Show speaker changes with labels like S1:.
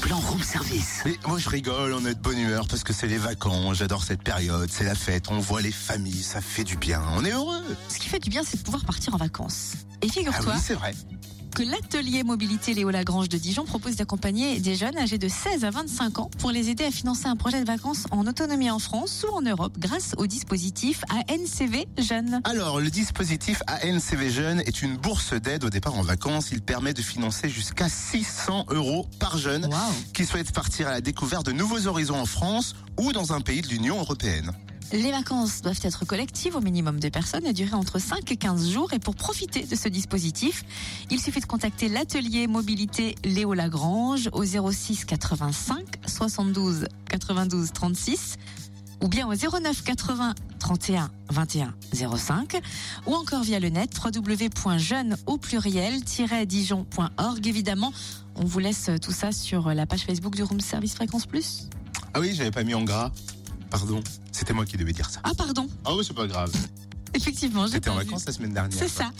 S1: plan room service.
S2: Mais moi je rigole, on est de bonne humeur parce que c'est les vacances, j'adore cette période, c'est la fête, on voit les familles, ça fait du bien, on est heureux.
S1: Ce qui fait du bien, c'est de pouvoir partir en vacances. Et
S2: Ah
S1: figure-toi
S2: oui, c'est vrai.
S1: que l'atelier mobilité Léo Lagrange de Dijon propose d'accompagner des jeunes âgés de 16 à 25 ans pour les aider à financer un projet de vacances en autonomie en France ou en Europe grâce au dispositif ANCV Jeunes.
S2: Alors, le dispositif ANCV Jeune est une bourse d'aide au départ en vacances. Il permet de financer jusqu'à 600 euros par jeune qui souhaite partir à la découverte de nouveaux horizons en France ou dans un pays de l'Union européenne.
S1: Les vacances doivent être collectives au minimum de personnes et durer entre 5 et 15 jours. Et pour profiter de ce dispositif, il suffit de contacter l'atelier mobilité Léo Lagrange au 06 85 72 92 36 ou bien au 09 80 31 21 05 ou encore via le net www.jeune au pluriel-dijon.org. Évidemment, on vous laisse tout ça sur la page Facebook du Room Service Fréquence Plus.
S2: Ah oui, j'avais pas mis en gras. Pardon, c'était moi qui devais dire ça.
S1: Ah pardon,
S2: Ah oui, c'est pas grave.
S1: effectivement, j'ai
S2: J'étais en
S1: pas vu.
S2: vacances la semaine dernière.
S1: C'est ça.